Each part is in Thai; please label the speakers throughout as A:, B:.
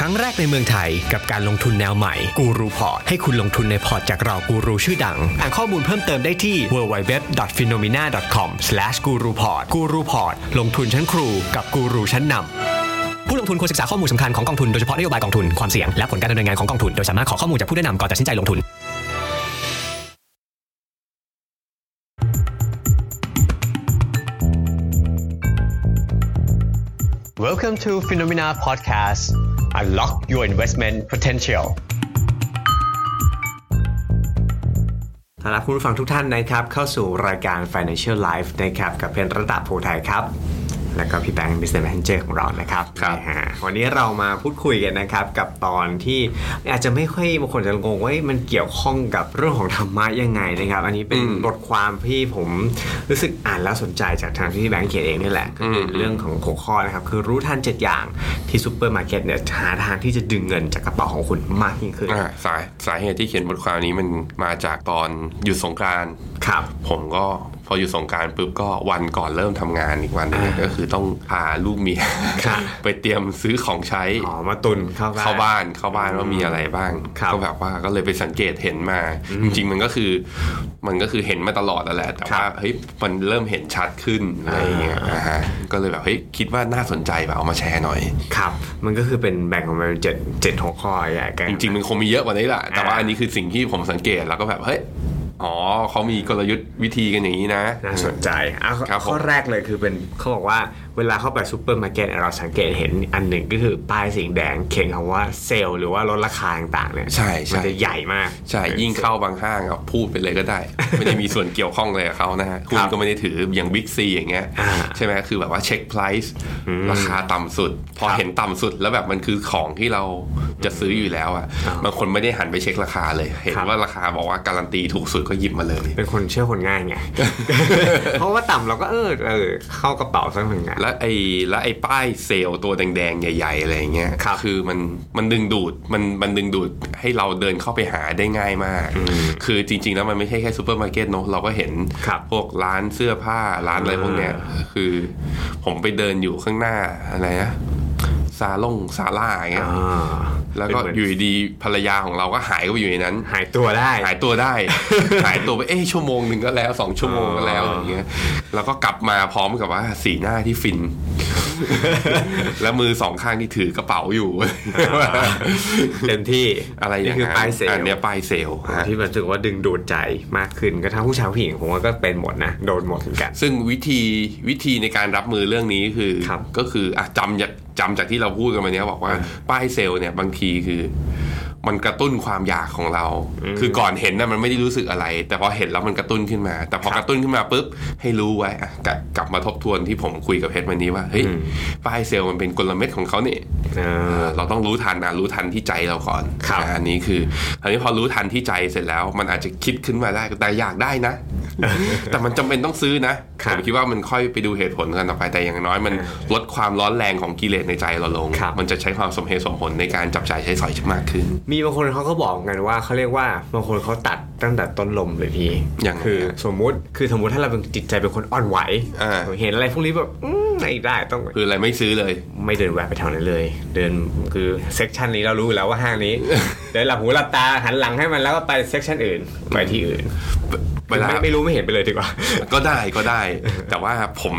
A: รั้งแรกในเมืองไทยกับการลงทุนแนวใหม่กูรูพอร์ตให้คุณลงทุนในพอร์ตจากเรากูรูชื่อดัง อ่านข้อมูลเพิ่มเติมได้ที่ www.phenomena.com/guruport กูรูพอร์ตลงทุนชั้นครูกับกูรูชั้นนำผู้ลงทุนควรศึกษาข้อมูลสำคัญของกองทุนโดยเฉพาะนโยบายกองทุนความเสี่ยงและผลการดำเนินงานของกองทุนโดยสามารถขอข้อมูลจากผู้แนะนำก่อนตัดสินใจลงทุน Welcome to Phenomena Podcast Unlock your investment potential
B: ต้อนรับคุณผู้ฟังทุกท่านนะครับ เข้าสู่รายการ Financial Life นะครับ กับเพนระดับโพธิ์ไทยครับ แล้วก็พี่แบงค์ Business Manager ของเรานะครับ
C: ครับ
B: นะฮะวันนี้เรามาพูดคุยกันนะครับ กับตอนที่อาจจะไม่ค่อยบางคนจะงงว่ามันเกี่ยวข้องกับเรื่องของธรรมะยังไงนะครับ อันนี้เป็น
C: อืม
B: บทความที่ผมรู้สึกอ่านแล้วสนใจจากทางที่พี่แบงค์เขียนเองนี่แหละก็คืออ
C: ม
B: เรื่องของหัวข้อนะครับคือรู้ทันเจ็ดอย่างที่ซูเปอร์มาร์เก็ตเนี่ยหาทางที่จะดึงเงินจากกระเป๋าของคุณมากยิ่งขึ้น
C: อ่าสาสาเหตุที่เขียนบทความนี้มันมาจากตอนหยุดสงกราร
B: ครับ
C: ผมก็พอหยุดสงกรารปุ๊บก็วันก่อนเริ่มทำงานอีกวันหนึงเนี่ยก็คือต้องพาลูกเมีย
B: ครับ
C: ไปเตรียมซื้อของใช้
B: อ๋อมาตุนเข้าบ้าน
C: เข้าบ้านเข้าบ้านว่ามีอะไรบ้าง
B: ครับ
C: ก็แบบว่าก็เลยไปสังเกตเห็นมา จริงๆมันก็คือมันก็คือเห็นมาตลอดแล้วแหละ แต่ว่าเฮ้ยมันเริ่มเห็นชัดขึ้นอะไรอย่างเงี้ยอ่าฮะก็เลยแบบเฮ้ยคิดว่าน่าสนใจแบบเอามาแชร์หน่อย
B: ครับ มันก็คือเป็นแบ่งออกมาเป็นเจ็ดเจ็ดหัวข้อใหญ่กัน
C: จริงๆมันคงมีเยอะกว่านี้แหละ แต่ว่า
B: อ่า
C: อันนี้คือสิ่งที่ผมสังเกตแล้วก็แบบ เฮ้ย อ๋อเขามีกลยุทธ์วิธีกันอย่างนี้นะ
B: น่าสนใจอ่ะข้อ
C: ครับผม
B: ข้อแรกเลยคือเป็นเขาบอกว่าเวลาเข้าไปซูเปอร์มาร์เก็ตเนี่ยเราสังเกตเห็นอันหนึ่งก็คือป้ายสีแดงเขียนคำว่าเซลล์หรือว่าลดราคาต่างๆเนี่ย
C: ใช่
B: มั
C: ใช่
B: จะใหญ่มาก
C: ใช่ ยิ่งเข้าบางห้างอะพูดไปเลยก็ได้ ไม่ได้มีส่วนเกี่ยวข้องเลยกับเขานะฮะคุณก็ไม่ได้ถืออย่างบิ๊กซีอย่างเงี้ย ใช่ไหมคือแบบว่าเช็คไพรซ์ราคาต่ำสุด พอเห็นต่ำสุดแล้วแบบมันคือของที่เราจะซื้ออยู่แล้วอ่ะ บางคนไม่ได้หันไปเช็คราคาเลย เห็นว่าราคาบอกว่าการันตีถูกสุดก็หยิบมาเลย
B: เป็นคนเชื่อคนง่ายไง เพราะว่าต่ำเราก็เออเออเข้ากระเป๋าสักหนึ่งอ่ะ
C: และไอ้และไอ้ป้ายเซลล์ตัวแดงๆ ใหญ่ ๆ อะไรอย่างเงี้ย
B: ครับ
C: อมันมันดึงดูดมันมันดึงดูดให้เราเดินเข้าไปหาได้ง่ายมาก คือจริง ๆ แล้วมันไม่ใช่แค่ซูเปอร์มาร์เก็ตเนอะเราก็เห็น
B: ครับ
C: พวกร้านเสื้อผ้าร้านอะไรพวกเนี้ยคือผมไปเดินอยู่ข้างหน้าอะไรนะซาลงซาล่าอย่างเงี้ย
B: อ่า
C: แล้วก็
B: เป็นเหมือน
C: อยู่ดีๆภรรยาของเราก็หายเข้าไปอยู่ในนั้น
B: หายตัวได้
C: หายตัว ได้ หายตัวไปเอ้ยชั่วโมงหนึ่งก็แล้วสองชั่วโมงก็แล้วอย่างเงี้ยแล้วก็กลับมาพร้อมกับว่าสีหน้าที่ฟิ น และมือสองข้างที่ถือกระเป๋าอยู่
B: เต็มที่
C: อะไรอ
B: นี่
C: ย่าง
B: คือ
C: นั้น
B: ป้ายเซล
C: อัน
B: ล์
C: เนี้ยปลายเซลล์ฮะ
B: ที่มันรู้สึกว่าดึงดูดใจมากขึ้นกระทั่งผู้ชายผู้หญิงผมว่าก็เป็นหมดนะโดนหมดเหมือนกัน
C: ซึ่งวิธีวิธีในการรับมือเรื่องนี้คือ
B: ครับ
C: ก็คืออ่ะจำจากจำจากที่เราพูดกันมาเนี้ยบอกว่าป้ายเซลล์เนี่ยบางทีคือ มันกระตุ้นความอยากของเรา คือก่อนเห็นนะมันไม่ได้รู้สึกอะไร แต่พอเห็นแล้วมันกระตุ้นขึ้นมา แต่พอ
B: ครับ
C: กระตุ้นขึ้นมาปุ๊บให้รู้ไว้อ่ะกลับกลับมาทบทวนที่ผมคุยกับเพชรวันนี้ว่าเฮ้ยป้ายเซลล์มันเป็นกลเม็ดของเขาเนี่ย
B: เออ
C: เราต้องรู้ทันนะรู้ทันที่ใจเราก่อน
B: ครับ
C: นะอันนี้คืออันนี้พอรู้ทันที่ใจเสร็จแล้ว มันอาจจะคิดขึ้นมาได้แต่อยากได้ นะ แต่มันจำเป็นต้องซื้อนะครับผมคิดว่ามันค่อยไปดูเหตุผลกันต่อไปแต่อย่างน้อยมันลดความร้อนแรงของกิเลสในใจเราลง
B: ครับ
C: มันจะใช้ความสมเหตุสมผลในการจับจ่ายใช้สอยมากขึ้น
B: มีบางคนเขาก็บอกกันว่าเขาเรียกว่าบางคนเขาตัดตั้งแต่ต้นลมเลยพี่
C: ยังไง
B: คือ
C: อะ
B: สมมุติคือสมมุติถ้าเราเป็นจิตใจเป็นคนอ่อนไหว
C: อ่า
B: เห็นอะไรพวกนี้แบบอืมไม่ได้ต้อง
C: คืออะไรไม่ซื้อเลย
B: ไม่เดินแวะไปแถวนั้นเลย เดินคือเซกชันนี้เรารู้อยู่แล้วว่าห้าง นี้ เดินหลับหูหลับตาหันหลังให้มันแล้วก็ไปเซกชันอื่นไปที่อื่น
C: เวลา
B: ไม่ไม่รู้ไม่เห็นไปเลยดีกว่า
C: ก็ได้ก็ได้ แต่ว่าผม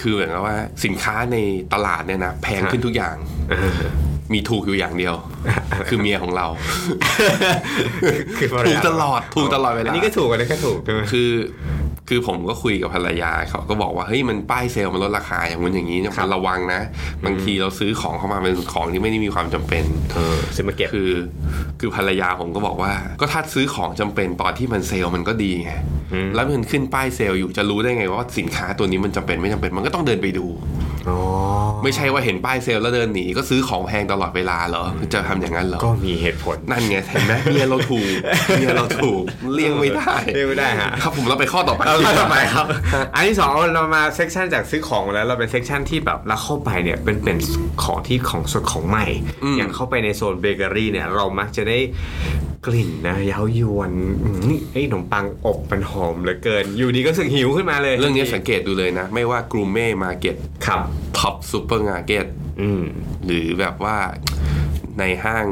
C: คือเหมือนกับว่าสินค้าในตลาดเนี่ยนะแพงขึ้นทุกอย่าง มีถูกอยู่อย่างเดียว คือเมียของเรา
B: คือภรร
C: ถูก
B: ยา
C: ตลอดถูกตลอดเวลา
B: อันนี้ก็ถูกอันนี้ก็ถูกใช่ไหม
C: คือคือผมก็คุยกับภรรยาเขาก็บอกว่าเฮ้ยมันป้ายเซลล์มันลดราคาอย่างนู้นอย่างนี้เนี่ยมันระวังนะ บางทีเราซื้อของเข้ามาเป็นของที่ไม่ได้มีความจำเป็น
B: เออซื้อมาเก็บ
C: คือคือภรรยาผมก็บอกว่า ก็ถ้าซื้อของจำเป็นตอนที่มันเซลล์มันก็ดีไงแล้วมันขึ้นป้ายเซลล์อยู่จะรู้ได้ไงว่าสินค้าตัวนี้มันจำเป็นไม่จำเป็นมันก็ต้องเดินไปดู
B: อ๋อ
C: ไม่ใช่ว่าเห็นป้ายเซลล์แล้วเดินหนีก็ซื้อของแพงตลอดเวลาเหรอจะทำอย่างนั้นเหรอ
B: ก็มีเหตุผล
C: นั่นไงเห็นไหมเมียเราถูกเมียเราถูกเลี่ยงไม่ได้
B: เลี่ยงไม่ได้ฮะ
C: ครับผมเราไปข้อต่อไป
B: เราทำไมครับ อันที่สองเรามาเซกชันจากซื้อของแล้วเราเป็นเซกชันที่แบบเราเข้าไปเนี่ยเป็นเป็นของที่ของสดของใหม่ อย่างเข้าไปในโซนเบเกอรี่เนี่ยเรามักจะได้กลิ่นนะเย้ายวนอืมเอ้ยขนมปังอบมันหอมเหลือเกิน อยู่ดีก็รู้สึกหิวขึ้นมาเลย
C: เรื่องนี้สังเกตดูเลยนะ ไม่ว่ากรูเม่มาเก็ต
B: ครับ
C: ท็อปซูเปอร์มาร์เก็ต
B: อืม
C: หรือแบบว่า ในห้าง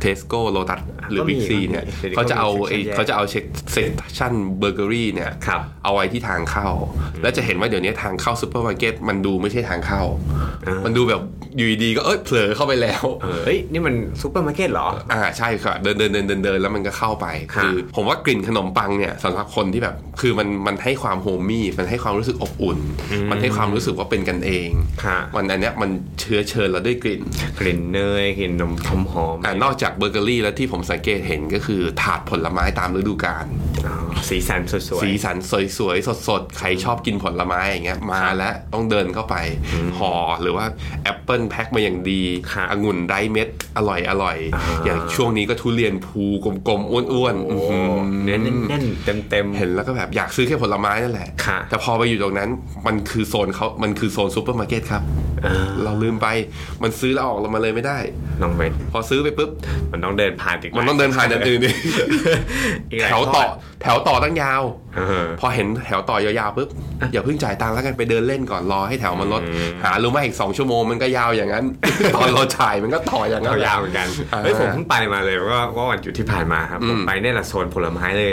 C: เทสโก้โลตัสหรือ
B: ก็มี
C: บิ๊กซีเนี่ย
B: ก็มี
C: เขาจะเอาไอ้
B: ก็มี section แยก
C: เขาจะเอาเช็คเซกชันเบเกอรี่เนี่ย
B: ครับ
C: เอาไว้ที่ทางเข้า แล้วจะเห็นว่าเดี๋ยวนี้ทางเข้าซูเปอร์มาร์เก็ตมันดูไม่ใช่ทางเข้า
B: อ่ามั
C: มันดูแบบอยู่ดีๆก็เอ้ยเผลอเข้าไปแล้ว
B: เฮ้ย นี่มันซูเปอร์มาร์เก็ตเหรอ
C: อ่าใช่ครับเดินเดินเดินเดินเดินแล้วมันก็เข้าไป
B: ค่ะ
C: คือผมว่ากลิ่นขนมปังเนี่ยสำหรับคนที่แบบคือมันมันให้ความโฮมมี่มันให้ความรู้สึกอบอุ่น มันให้ความรู้สึกว่าเป็นกันเอง
B: ค่ะ
C: มันอันเนี้ยมันเชื้อเชิญเราด้วยกลิ่น
B: กลิ่นเนยกลิ่นนมหอมหอม
C: อ่านอกจากเบเกอรี่แล้วที่ผมสังเกตเห็นก็คือถาดผลไม้ตามฤดูกาล
B: อ๋อสีสันสวย
C: สีสันสวยๆ สดๆ ใครชอบกินผลไม้อย่างเงี้ยมาแล้วต้องเดินเข้าไปห่อหรือว่าแอปเปิลแพ็คมาอย่างดีองุ่นไร้เม็ดอร่อยอร่อยอย่างช่วงนี้ก็ทุเรียนภูกลมๆอ้วนๆ
B: โอ้
C: อื้อ
B: โห
C: หือ
B: เนื้อแน่นๆเต็ม
C: เห็นแล้วก็แบบอยากซื้อแค่ผลไม้นั่นแหละ
B: ค่ะ
C: แต่พอไปอยู่ตรงนั้นมันคือโซนเขามันคือโซนซูเปอร์มาร์เก็ตครับ
B: อ่า
C: เราลืมไป มันซื้อแล้วออกเรามาเลยไม่ได้
B: ๆน้องเบน
C: พอซื้อไปปุ๊บ
B: มันต้องเดินผ่านกหลย
C: มันต้องเดินผ่านอันอื่นดิ
B: อีกหลาย
C: แถวต่อแถวต่อตั้งยาว
B: เออ
C: พอเห็นแถวต่อยาวๆปุ๊บอ่ะอย่าเพิ่งจ่ายตังค์แล้วกันไปเดินเล่นก่อนรอให้แถวมันลด หารู้ไหมอีกสองชั่วโมงมันก็ยาวอย่างนั้น ตอนเราจ่ายมันก็ต่ออย่างนั้น
B: ยาวๆเหมือนกัน
C: อ่า
B: เฮ้ยผมเพิ่งไปมาเลยว่าว่าวันหยุดที่ผ่านมาครับ ผมไปเนี่ยแหละโซนผลไม้เลย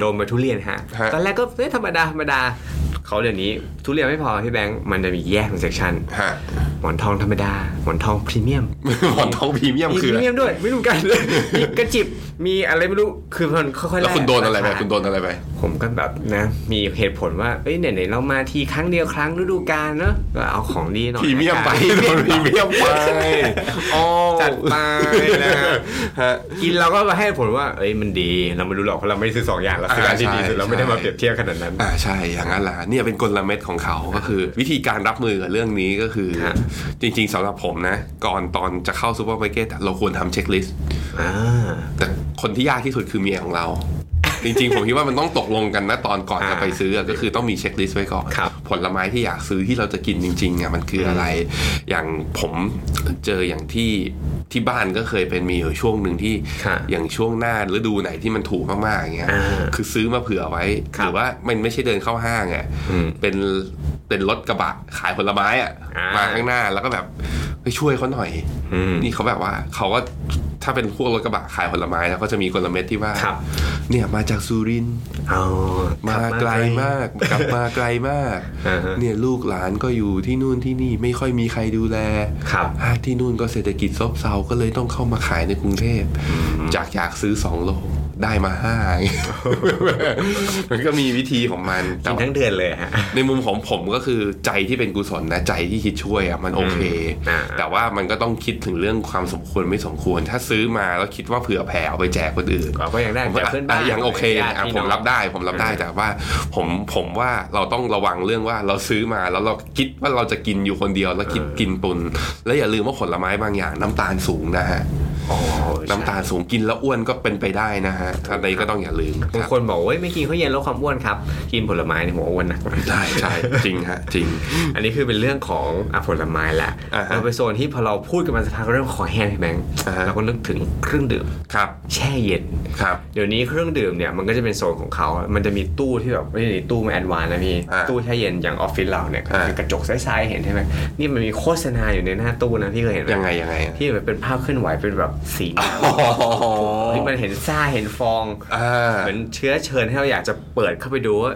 B: โดนมาทุเรียนฮะ
C: ฮะ
B: ตอนแรกก็เอ้ยธรรมดาธรรมดา เขาเดี๋ยวนี้ทุเรียนไม่พอพี่แบงค์มันจะมีแยกเป็นเซกชัน
C: ฮะ
B: หมอนทองธรรมดา หมอนทองพรีเมียม
C: หมอนทองพรีเมียม
B: มีพ
C: คือ
B: รี
C: อะไร
B: เมียมด้วย ไม่รู้เหมือนกัน มีกระจิบ มีอะไรไม่รู้ คือมันค่อยๆ
C: แล้วคุณโดนอะไรไป
B: าา
C: คุณโดนอะไรไป
B: ผมก็แบบนะ มีเหตุผลว่า เอ้ยไหนๆเรามาทีครั้งเดียวครั้งฤดูกาลเนอะก็เอาของดีหน่อย
C: พรีเมียมไป
B: ละ
C: โด
B: กัน
C: นพรีเมียมไปอ๋อ
B: จัดไปนะฮะ
C: ฮะ
B: กินเราก็มาให้ผลว่า เอ้ยมันดี เราไม่รู้หรอกเพราะเราไม่ได้ซื้อสองอย่างเราซื้ออันที่
C: อ่า
B: ดี
C: ใช่
B: สุดเราไม่ได้
C: ใช่
B: มาเปรียบเทียบขนาดนั้น
C: อ่าใช่อย่างนั้นแหละเนี่ยเป็นกลเม็ดของเขาก็คือ วิธีการรับมือกับเรื่องนี้ก็คือ
B: ฮะ
C: จริงๆสำหรับผมนะ ก่อนตอนจะเข้าซูเปอร์มาร์เก็ตอะเราควรทำเช็คลิสต์
B: อ่า
C: แต่คนที่ยากที่สุดคือเมียของเรา จริงๆ ผมคิดว่ามันต้องตกลงกันนะตอนก่อนจะไปซื้ออะก็คือต้องมีเช็คลิสต์ไว้ก่อน
B: ครับ
C: ผลไม้ที่อยากซื้อที่เราจะกินจริงๆอ่ะมันคืออะไร อย่างผมเจออย่างที่ที่บ้านก็เคยเป็นมีอยู่ช่วงหนึ่งที่
B: ค่ะ
C: อย่างช่วงหน้าฤดูไหนที่มันถูกมากๆอย่างเงี้ย
B: อ่า
C: คือซื้อมาเผื่อไว้
B: ครับ
C: หรือว่ามันไม่ใช่เดินเข้าห้างอ่ะ
B: อืม
C: เป็นเป็นรถกระบะขายผลไม้อ่ะ
B: อ่าม
C: มาข้างหน้าแล้วก็แบบไปช่วยเขาหน่อย
B: อืม
C: นี่เขาแบบว่าเขาก็ถ้าเป็นพวกรถกระบะขายผลไม้แล้วก็จะมีกลเม็ดที่ว่า
B: ครับ
C: เนี่ยมาจากสุรินทร์
B: เอา
C: มา
B: ขับ
C: ไกลมาก กลับมาไกลมาก
B: อ่าฮะ
C: เนี่ยลูกหลานก็อยู่ที่นู่นที่นี่ไม่ค่อยมีใครดูแล
B: ครับ
C: อ่าที่นู่นก็เศรษฐกิจซบเซาก็เลยต้องเข้ามาขายในกรุงเทพ จากอยากซื้อสองโลได้มาห้าอย่างเงี้ยมันก็มีวิธีของมัน
B: กิ
C: แต่
B: นทั้งเดือนเลยฮะ
C: ในมุมของผมก็คือใจที่เป็นกุศลนะใจที่คิดช่วยอ่ะมันโอเค
B: อ่า
C: แต่ว่ามันก็ต้องคิดถึงเรื่องความสมควรไม่สมควร ถ้าซื้อมาแล้วคิดว่าเผื่อแผ่เอาไปแจกคนอื่น
B: เราก็ยังได้
C: ผม
B: จาก
C: ว่า
B: เพื่อนบ้าน
C: อ่ะยังโอเค
B: ญาติ
C: อ่ะ
B: พี่
C: ผ
B: น้
C: ม
B: อง
C: รับได้ผมรับได้แต่ว่า ผมผมว่าเราต้องระวังเรื่องว่าเราซื้อมาแล้วเราคิดว่าเราจะกินอยู่คนเดียวแล้วคิดกินตุน แล้วอย่าลืมว่าผลไม้บางอย่างน้ำตาลสูงนะฮะน้ำตาลสูงกินแล้วอ้วนก็เป็นไปได้นะฮะอันนี้ก็ต้องอย่าลืม
B: บางคนบอกว่าเฮ้ยไม่กินข้าวเย็นลดความอ้วนครับ กินผลไม้ในยหัวอ้วนหนะ
C: ได้ใช่จริงฮะจริง
B: อันนี้คือเป็นเรื่องของอะผลไม้ละ
C: อ่าฮะ
B: เราไปโซนที่พอเราพูดกันมาสักพักเรื่องของแห้งพี่แบงค์
C: อ่าฮะ
B: เราก็นึกถึงเครื่องดื่ม
C: ครับ
B: แช่เย็น
C: ครับ
B: เดี๋ยวนี้เครื่องดื่มเนี่ยมันก็จะเป็นโซนของเขา มันจะมีตู้ที่แบบไม่ใช่ตู้มาแอดวานซ์นะพี่
C: อ่า
B: ตู้แช่เย็นอย่างออฟฟิศเราเนี่ยก็
C: อ่า
B: เป็นกระจกใสๆเห็นใช่ไหมนี่มันมีโฆษณาอยู่ในหน้าตู้นะพี่เคยเห็นไหม
C: ยังไงยังไงอะ
B: ที่แบบเป็นภาพเคลื่อนไหวเป็นแบบสีน้
C: อ๋อ
B: ำที่มันเห็นซ่าเห็นฟอง
C: อ่า
B: เหมือนเชื้อเชิญให้เราอยากจะเปิดเข้าไปดูว่า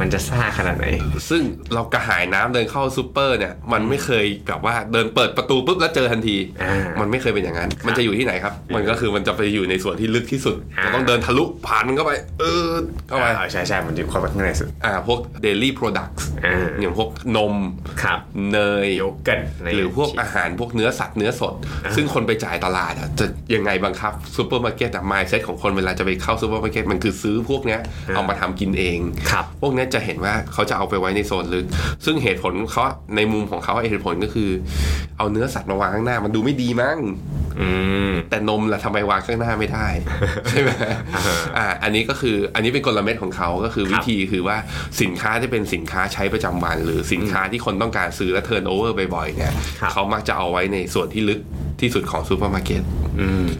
B: มันจะซ่าขนาดไหน
C: ซึ่งเรากระหายน้ำเดินเข้าซูเปอร์เนี่ยมันไม่เคยแบบว่าเดินเปิดประตูปุ๊บแล้วเจอทันที
B: อ่ามั
C: มันไม่เคยเป็นอย่างนั้น มันจะอยู่ที่ไหนครับ มันก็คือมันจะไปอยู่ในส่วนที่ลึกที่สุดเราต้องเดินทะลุผ่านมันเข้าไป เออเข้าไป
B: ใช่ใช่ๆมันจะความแบบข้างในสุด
C: อ่า พวก daily products
B: อ่า
C: อย่างพวกนม
B: ครับ
C: เนย
B: โยเกิร์ตใน
C: หรือพวกอาหารพวกเนื้อสัตว์เนื้อสด ซึ่งคนไปจ่ายตลาดอะจะยังไงบังคับซูเปอร์มาร์เก็ตอะมายเซ็ตของคนเวลาจะไปเข้าซูเปอร์มาร์เก็ตมันคือซื้อพวกเนี้ยเอามาทำกินเอง
B: ครับ
C: พวกเนี้ยจะเห็นว่าเขาจะเอาไปไว้ในโซนลึก ซึ่งเหตุผลเขาในมุมของเขาเหตุผลก็คือ เอาเนื้อสัตว์มาวางข้างหน้ามันดูไม่ดีมั้ง
B: อืม
C: แต่นมล่ะทำไมวางข้างหน้าไม่ได้ ใช่ไหมอ่าอันนี้ก็คืออันนี้เป็นกลเม็ดของเขาก็คือ
B: ครั
C: วิ
B: บ
C: ธีคือว่าสินค้าที่เป็นสินค้าใช้ประจำวัน หรือสินค้าที่คนต้องการซื้อและเทิร์นโอเวอร์บ่อยๆเนี่ย
B: ครับ
C: เขามักจะเอาไว้ในส่วนที่ลึก ที่สุดของซูเปอร์มาร์เก็ต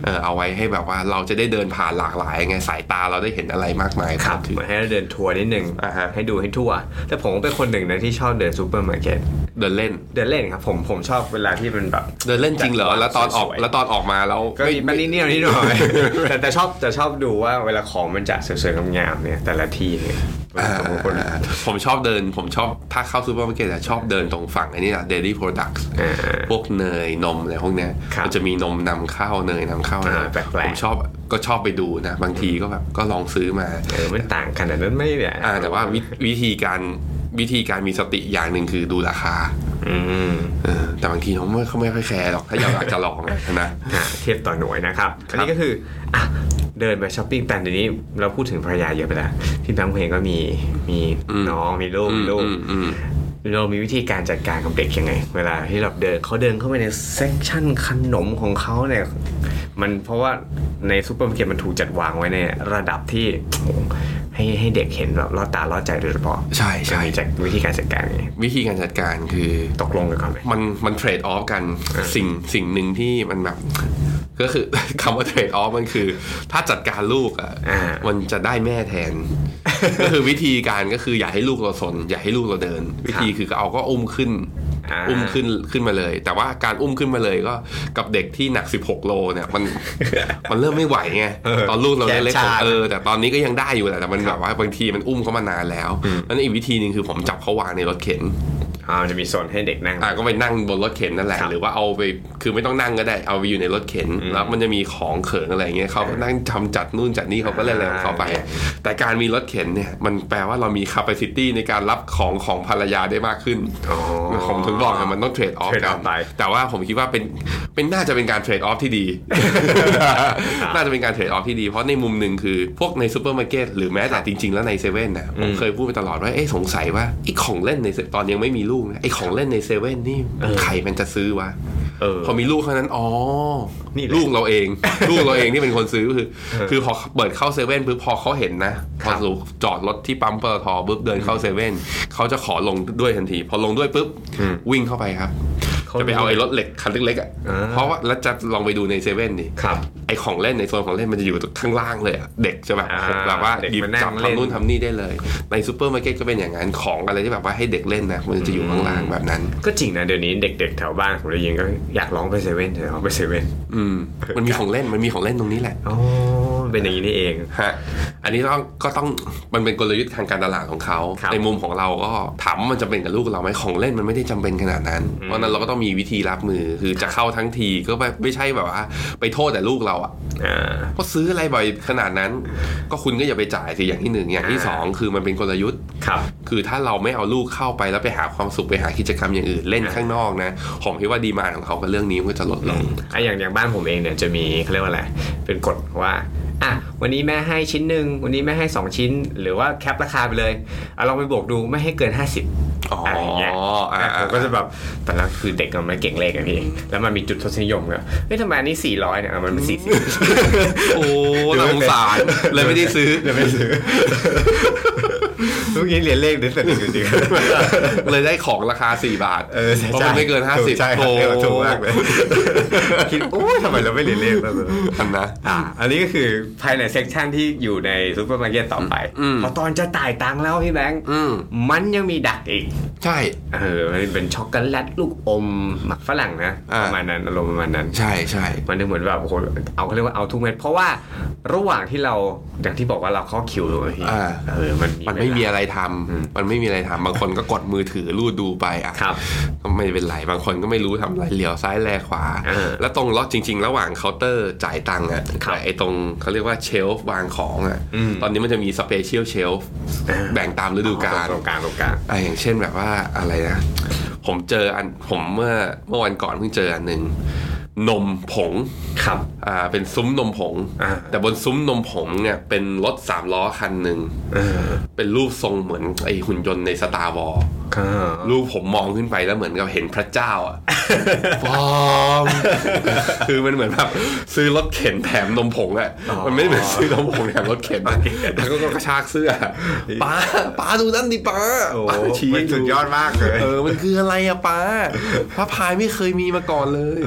C: เออเอาไว้ให้แบบว่าเราจะได้เดินผ่านหลากหลายไงสายตาเราได้เห็นอะไรมากมาย
B: ครับ
C: ถึง
B: เหมือนให้เราเดินทัวร์นิดนึง
C: อ่าฮะ
B: ให้ดูให้ทั่ว แต่ผมก็เป็นคนหนึ่งนะที่ชอบเดินซูเปอร์มาร์เก็ต
C: เดินเล่น
B: เดินเล่นครับผมผมชอบเวลาที่มันแบบ
C: เดินเล่นจริงเหรอ
B: จัดวาง
C: แล้วตอนออก
B: สวยๆ
C: แล้วตอนออกมาแล้ว
B: ก็มีบ้างนิดเดียวนิดหน่อย แต่แต่ชอบแต่ชอบดูว่าเวลาของมันจะสวยๆงามๆเนี่ย แต่ละที่เนี่ย
C: อ่า
B: ผมเป็นคน
C: ผมชอบเดิน ผมชอบ ถ้าเข้าซูเปอร์มาร์เก็ตอะชอบเดินตรงฝั่งไอ้นี่อะ dairy products
B: อ่า
C: พวกเนยนมอะไรพวกเนี้ย
B: ครับ
C: มัจะมีนมนำเข้าเนยนำเข้า
B: อ่า
C: นะ
B: แปลกๆ
C: ผมชอบก็ชอบไปดูนะ บางทีก็แบบก็ลองซื้อมา
B: เออมันต่างขนาดนั้นไหม่เนี่ย
C: อ่าแต่ว่าวิวิธีการวิธีการมีสติอย่างหนึ่งคือดูราคา
B: อืม
C: เออแต่บางทีเขาไม่เขาไม่ค่อยแคร์หรอกถ้าอยากจะลองอะนะ
B: อ่าเทียบต่อหน่วยนะครับ อันนี้ก็คืออ่ะเดินไปช้อปปิ้งแต่เดี๋ยวนี้เราพูดถึงภรรยาเยอะไปแล้วพี่แบงค์เพลงก็มีมี
C: อืม
B: น้องมีลูก
C: อืม
B: มีลูก
C: อืมอืม
B: เรามีวิธีการจัดการกับเด็กยังไง เวลาที่เราเดินเขาเดินเข้าไปในเซกชันขนมของเขาเนี่ยมันเพราะว่าในซูเปอร์มาร์เก็ตมันถูกจัดวางไว้ในระดับที่โอ้โหให้ให้เด็กเห็นแบบล่อตาล่อใจโดยเฉพาะ
C: ใช่
B: จะ
C: ใช่
B: มีจัดวิธีการจัดการยังไง
C: วิธีการจัดการคือ
B: ตกลงกันก่อนไหม
C: มันมันเทรดออฟกันสิ่งสิ่งหนึ่งที่มันแบบ ก็คือ คำว่าเทรดออฟมันคือ ถ้าจัดการลูกอ่ะ
B: อ่า
C: มันจะได้แม่แทน ก็คือวิธีการก็คืออย่าให้ลูกเราสน อย่าให้ลูกเราเดิน วิธีคือก็เอาก็อุ้มขึ้น
B: อ่า
C: อุ้มขึ้นขึ้นมาเลย แต่ว่าการอุ้มขึ้นมาเลยก็กับเด็กที่หนัก 16 โลเนี่ยมัน มันเริ่มไม่ไหวไงตอนลูกเราเล็ก
B: แขนชา
C: ๆเออแต่ตอนนี้ก็ยังได้อยู่แหละแต่มันแบบว่าบางทีมันอุ้มเขามานานแล้วนั่นอีกวิธีหนึ่งคือผมจับเขาวางในรถเข็น
B: อ่ามันจะมีโซนให้เด็กนั่ง
C: อ่ะก็ไปนั่งบนรถเข็นนั่นแหละ
B: ครับ
C: หรือว่าเอาไปคือไม่ต้องนั่งก็ได้เอาไปอยู่ในรถเข็นแล้วมันจะมีของเขิงอะไรอย่างเงี้ยเขาก็นั่งทำจัดนู่นจัดนี่เขาก็เล่นอะไรของเขาไป
B: อ่า
C: แต่การมีรถเข็นเนี่ยมันแปลว่าเรามีแคปซิตี้ในการรับของของภรรยาได้มากขึ้น
B: อ๋อ
C: ผมถึงบอกไงมันต้องเทรดออฟ
B: trade
C: กั
B: off
C: น
B: ไป
C: แต่ว่าผมคิดว่าเป็นเป็นน่าจะเป็นการเทรดออฟที่ดี น่าจะเป็นการเทรดออฟที่ดี เพราะในมุมหนึ่งคือพวกในซูเปอร์มาร์เก็ตหรือแม้แต่จริง ๆ แล้วในเซเว่นนะผมเคยพูดไปตลอดว่าเอ้สงสัยว่าไอ้ของเล่นใน 7- ตอนยังไม่มีลูกนะไอ้ของเล่นในเซเว่นนี่ใครมันจะซื้อวะ
B: เออ
C: พอมีลูกเท่านั้นอ๋อ
B: นี่แหละ
C: ลูกเราเอง ลูกเราเองที่เป็นคนซื้อคือ คือพอเปิดเข้าเซเว่นปุ๊บพอเขาเห็นนะพอ
B: ครับ
C: ลูกจอดรถที่ปั๊มปตทปุ๊บเดินเข้าเซเว่นเขาจะขอลงด้วยทันที พอลงด้วยปุ๊บวิ่งเข้าไปครับ
B: เขา
C: จะไปเอาไอ้รถเหล็กคันเล็กๆอ่ะ
B: อ่า
C: เพราะว่าแล้วจะลองไปดูในเซเว่นดิ
B: ครับ
C: ไอ้ของเล่นในโซนของเล่นมันจะอยู่ข้างล่างเลยอ่ะ เด็กจะแบบ
B: อ่า
C: แบบว่า
B: เด็ก
C: หยิบ
B: มานั่ง
C: จับ
B: เล่น
C: ทำนู่นทำนี่ได้เลย ในซูเปอร์มาร์เก็ตก็เป็นอย่างนั้นของอะไรที่แบบว่าให้เด็กเล่นนะมันจะอยู่ข้างล่างแบบนั้น
B: ก็จริงนะเดี๋ยวนี้เด็ก ๆ แถวบ้านผมได้ยินก็อยากร้องไปเซเว่นเลยร้องไปเซเว่น
C: อืมมันมีของเล่นมันมีของเล่นตรงนี้แหละ
B: อ๋อเป็นอย่างนี้นี่เอง
C: ฮะอันนี้ต้องก็ต้องมันเป็นกลยุทธ์ทางการตลาดของเขา
B: ครับ
C: ในมุมของเราก็ถามว่ามันจำเป็นกับลูกเราไหมของเล่นมันไม่ได้จำเป็นขนาดนั้น เพราะฉะนั้นเราก็ต้องมีวิธีรับมือคือจะเข้าทั้งทีก็ไม่ไม่ใช่แบบว่า ไปโทษแต่ลูกเราอ่ะ
B: อ่า
C: ก็ซื้ออะไรบ่อยขนาดนั้น ก็คุณก็อย่าไปจ่ายสิอย่างที่หนึ่งอย่างที่สองคือมันเป็นกลยุทธ์
B: ครับ
C: คือถ้าเราไม่เอาลูกเข้าไปแล้วไปหาความสุขไปหากิจกรรมอย่างอื่นเล่นข้างนอกนะผมคิดว่าดีมานด์ของเขากับเรื่องนี้มันก็จะลดลง
B: อะอย่างอย่างบ้านผมเองเนี่ยจะมีเขาเรียกว่าอะไร เป็นกฎว่าอ่ะวันนี้แม่ให้ชิ้นหนึ่งวันนี้แม่ให้ 2 ชิ้น หรือว่าแคปราคาไปเลยเอาลองไปบวกดูไม่ให้เกิน 50
C: อ๋อ
B: ไรอย่างเงี้ย
C: อ่า
B: ผมก็จะแบบแต่ละคือเด็กอะมันเก่งเลขอะพี่ แล้วมันมีจุดทศนิยมก็เฮ้ยทำไมอันนี้400เนี่ยอ่ะมันเป็น
C: โอ้น่าสงสารเลยไม่ได้ซื้อ
B: 40เลยไม่ซื้อลูกนี้เรียนเลขดิสเซนจ ริงๆ
C: เลยได้ของราคา 4 บาท
B: เออใช่
C: เพราะมันไม่เกิน 50
B: ใช่ครับ
C: โอ้
B: เออถูกมากเลย คิดโอ้ยทำไมเราไม่เรียนเลขบ้างเลย
C: อันนะ
B: อ่าอันนี้ก็คือภายในเซกชันที่อยู่ในซูเปอร์มาร์เก็ตต่อไป
C: อืม
B: พอตอนจะจ่ายตังค์แล้วพี่แบงค์
C: อืม
B: มันยังมีดักอีก
C: ใช่
B: เออมันเป็นช็อกโกแลตลูกอมหมักฝรั่งนะ
C: อ่า
B: ประมาณนั้นอารมณ์ประมาณนั้น
C: ใช่ใช่
B: มันดูเหมือนแบบโอ้โหเอาเขาเรียกว่าเอาทุกเม็ดเพราะว่าระหว่างที่เราอย่างที่บอกว่าเราเข้อคิวเลยพี่
C: อ่า
B: เออมัน
C: มันไม่
B: เวลา
C: มีอะไรทำมันไม่มีอะไรทำบางคนก็กดมือถือรูดดูไปอ่ะ
B: ครับ
C: ก็ไม่เป็นไร บางคนก็ไม่รู้ทำอะไรเหลียวซ้ายแลขวา
B: เออ
C: แล้วตรงล็อกจริง ๆ ระหว่างเคาน์เตอร์จ่ายตังค์อ่ะ
B: ครับ
C: ไอ้ตรงเขาเรียกว่าเชลฟ์วางของอ่ะ
B: อืม
C: ตอนนี้มันจะมีสเปเชียลเชลฟ์แบ่งตามฤดูกาล
B: ตรงกลางตรงกลาง
C: อ่ะอย่างเช่นแบบว่าอะไรนะ ผมเจออันผมเมื่อเมื่อวันก่อนเพิ่งเจออันหนึ่งนมผง
B: ครับ
C: อ่าเป็นซุ้มนมผง
B: อ่า
C: แต่บนซุ้มนมผงเนี่ยเป็นรถสามล้อคันหนึ่งเป็นรูปทรงเหมือนไอหุ่นยนต์ในสตาร์วอล
B: อ่า
C: ลูกผมมองขึ้นไปแล้วเหมือนกับเห็นพระเจ้า อ่ะ ฟอม คือมันเหมือนแบบซื้อรถเข็นแถมนมผงอ่ะ มันไม่ได้เหมือนซื้อนมผงแถมรถเข็นอะแล้วก็กระชากเสื้อป้าป้าดูนั่นดิป้า
B: โอ้
C: ป้าให้
B: มันสุดยอดมากเลย
C: เออมันคืออะไรอ่ะป้าพระพายไม่เคยมีมาก่อนเลย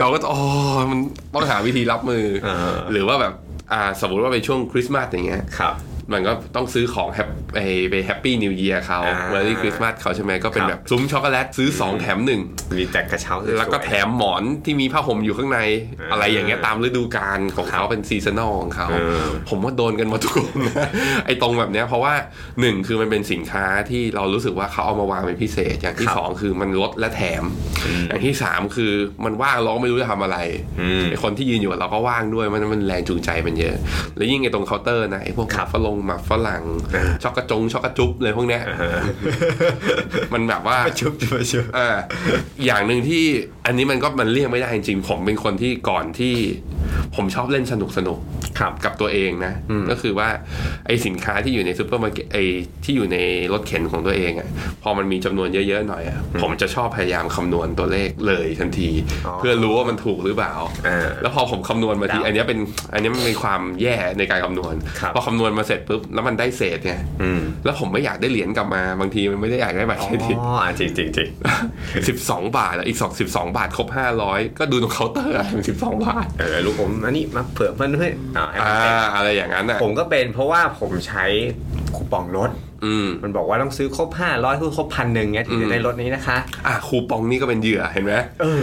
C: เราก็อ๋อมันต้องหาวิธีรับมืออหรือว่าแบบอ่าสมมติว่าไปนช่วงคริสต์มาสอย่างเงี้ย
B: ครับ
C: มันก็ต้องซื้อของแฮปไปไปแฮปปี้นิวเยียร์เขา
B: อ่า
C: เมอร์รี่คริสต์มาสเขาใช่ไหมก็เป็
B: ค
C: น
B: รับ
C: แบบซุ้มช็อกโกแลตซื้อ 2 แถมหนึ่ง
B: มีแจกกระเช้าสยๆ
C: แล้วก็แถมหมอนที่มีผ้าห่มอยู่ข้างใน
B: อ่า
C: อะไรอย่างเงี้ยตามฤดูกาลของเขาเป็นซีซันอลของเขา
B: เออ
C: ผมว่าโดนกันหมาทุกคนนะ ไอ้ตรงแบบเนี้ยเพราะว่าหนึ่งคือมันเป็นสินค้าที่เรารู้สึกว่าเขาเอามาวางเป็นพิเศษ อย่างที่สองคือมันลดและแถม อย่างที่สามคือมันว่างเราก็ไม่รู้จะทำอะไรไอ้คนที่ยืนอยู่กับเราก็ว่างด้วยมันมันแรงจูงใจมันเยอะ แล้วยิ่งไอ้ตรงเคาน์เตอร์นะไอ้พวกหมักฝรั่งหมักฝรั่งช็อกกระจงช็อกกระจุ๊บเลยพวกเนี้ยมันแบบว่า
B: ประชุบประชุบ
C: อ่าอย่างหนึ่งที่อันนี้มันก็มันเลี่ยงไม่ได้จริงๆ ผมเป็นคนที่ก่อนที่ผมชอบเล่นสนุกสนุกๆ
B: ครับ
C: กับตัวเองนะ ก็คือว่าไอสินค้าที่อยู่ในซูเปอร์มาร์เก็ตไอที่อยู่ในรถเข็นของตัวเองอะ่ะพอมันมีจำนวนเยอะๆหน่อยอะ่ะผมจะชอบพยายามคำนวณตัวเลขเลยทันที
B: อ๋อ
C: เพื่อรู้ว่ามันถูกหรือเปล่า
B: เออ
C: แล้วพอผมคำนวณมา
B: ค
C: ที
B: รับ
C: อันเนี้ยเป็นอันเนี้ยมันเป็นความแย่ในการคำนวณ
B: ครับ
C: พอคำนวณมาเสร็จปุ๊บแล้วมันได้เศษไง
B: อืม
C: แล้วผมไม่อยากได้เหรียญกลับมาบางทีมันไม่ได้อยากได้บัตร
B: อ๋
C: เครดิต
B: ออ่ะจริงจริงจริง
C: สิบสองบาทอะอีกสองสิบสองบาทครบห้าร้อยก็ดูตรงเคาน์เตอร์อะ สิบสองบาท
B: เออลูกผมอันนี้มาเผื่อเพื่อนด้วยอ่าให้มัน
C: อ่า
B: เต็ม
C: อะไรอย่างนั้นอะ
B: ผมก็เป็นเพราะว่าผมใช้คูปองลด
C: อืม
B: มันบอกว่าต้องซื้อครบ 500คือครบพันหนึ่งเงี้ยถึงจะได้ลดนี้นะคะ
C: อ่ะคูปองนี่ก็เป็นเหยื่อเห็นไหม
B: เออ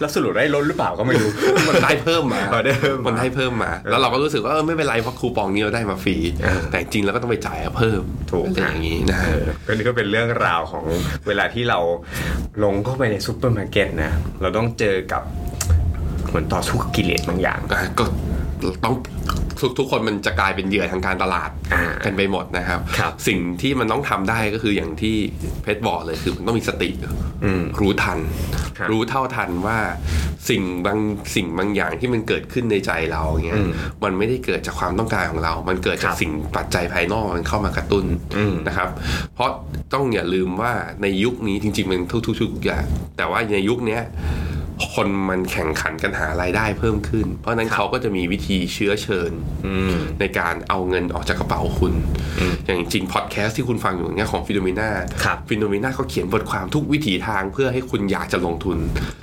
B: แล้วสรุปได้ลดหรือเปล่าก็ไม่รู้
C: มันได้เพิ่มมา
B: เออได้เพิ่มมา
C: มันได้เพิ่มมา แล้วเราก็รู้สึกว่าเออไม่เป็นไรเพราะคูปองนี้เราได้มาฟรี
B: เออ
C: แต่จริงแล้วก็ต้องไปจ่ายเพิ่ม
B: ถูก
C: อะไรอย่างนี้นะ
B: เออก็นี่ก็เป็นเรื่องราวของเวลาที่เราลงเข้าไปในซูเปอร์มาร์เก็ตนะ เราต้องเจอกับเหมือนต่อสู้กับกิเลสบางอย่าง
C: อ่ะก็ต้องทุกทุกคนมันจะกลายเป็นเหยื่อทางการตลาด
B: อ่า
C: กันไปหมดนะครับ
B: ครับ
C: สิ่งที่มันต้องทำได้ก็คืออย่างที่เพชรบอกเลยคือมันต้องมีสติ
B: อืม
C: รู้ทัน
B: ครับ
C: รู้เท่าทันว่าสิ่งบางสิ่งบางอย่างที่มันเกิดขึ้นในใจเราอย่างเงี้
B: อื
C: ย
B: ม
C: มันไม่ได้เกิดจากความต้องการของเรา มันเกิด
B: ค
C: จาก
B: รับ
C: สิ่งปัจจัยภายนอกมันเข้ามากระตุ้น
B: อืม
C: นะครับ เพราะต้องอย่าลืมว่าในยุคนี้จริงๆมันทุกๆทุกอย่างแต่ว่าในยุคเนี้ยคนมันแข่งขันกันหารายได้เพิ่มขึ้น เพราะฉะนั้นเขาก็จะมีวิธีเชื้อเชิญในการเอาเงินออกจากกระเป๋าคุณ อย่างจริงพอดแคสต์ที่คุณฟังอยู่เนี่ยของฟิโนเมนา
B: ครับ
C: ฟิโนเมนาเขาเขียนบทความทุกวิถีทางเพื่อให้คุณอยากจะลงทุน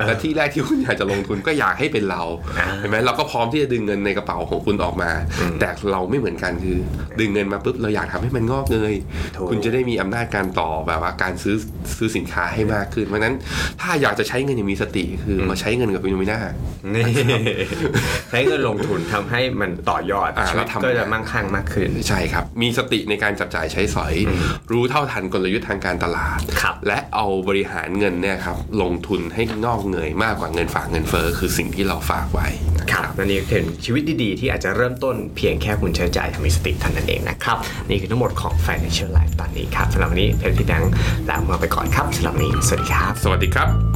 C: และที่แรกที่คุณอยากจะลงทุนก็อยากให้เป็นเรา
B: อ่า
C: เห็นไหมเราก็พร้อมที่จะดึงเงินในกระเป๋าของคุณออกมา แต่เราไม่เหมือนกันคือ ดึงเงินมาปุ๊บเราอยากทำให้มันงอกเงย
B: ถูก
C: คุณจะได้มีอำนาจการต่อแบบว่าการซื้อซื้อสินค้าให้มากขึ้นเพราะฉะนั้นถ้าอยากจะใช้เงินอย่างมีสติคือมาใช้เงินกับฟิโนเมนา
B: นี่ใช้เงินลงทุนทำให้มันต่อยอด
C: อ่าแล้ว
B: ชีิ
C: ว
B: ต
C: ทำ
B: ก็จะมั่งคั่งมากขึ้น
C: ใช่ครับ มีสติในการจับจ่ายใช้สอย รู้เท่าทันกลยุทธ์ทางการตลาด
B: ครับ
C: และเอาบริหารเงินเนี่ยครับ ลงทุนให้งอกเงยมากกว่าเงินฝากเงินเฟ้อคือสิ่งที่เราฝากไว้นะ
B: ค
C: ค
B: รั
C: รั
B: บบ นั่นนี่เป็นชีวิตดีๆ ที่อาจจะเริ่มต้นเพียงแค่คุณใช้จ่ายอย่างมีสติเท่านั้นเองนะครับ นี่คือทั้งหมดของ Financial Life ตอนนี้ครับสำหรับวันนี้เพชรพี่แบงค์ลาคุณผู้ฟังไปก่อนครับสำหรับวันนี้สวัสดีครับ
C: สวัสดีครับ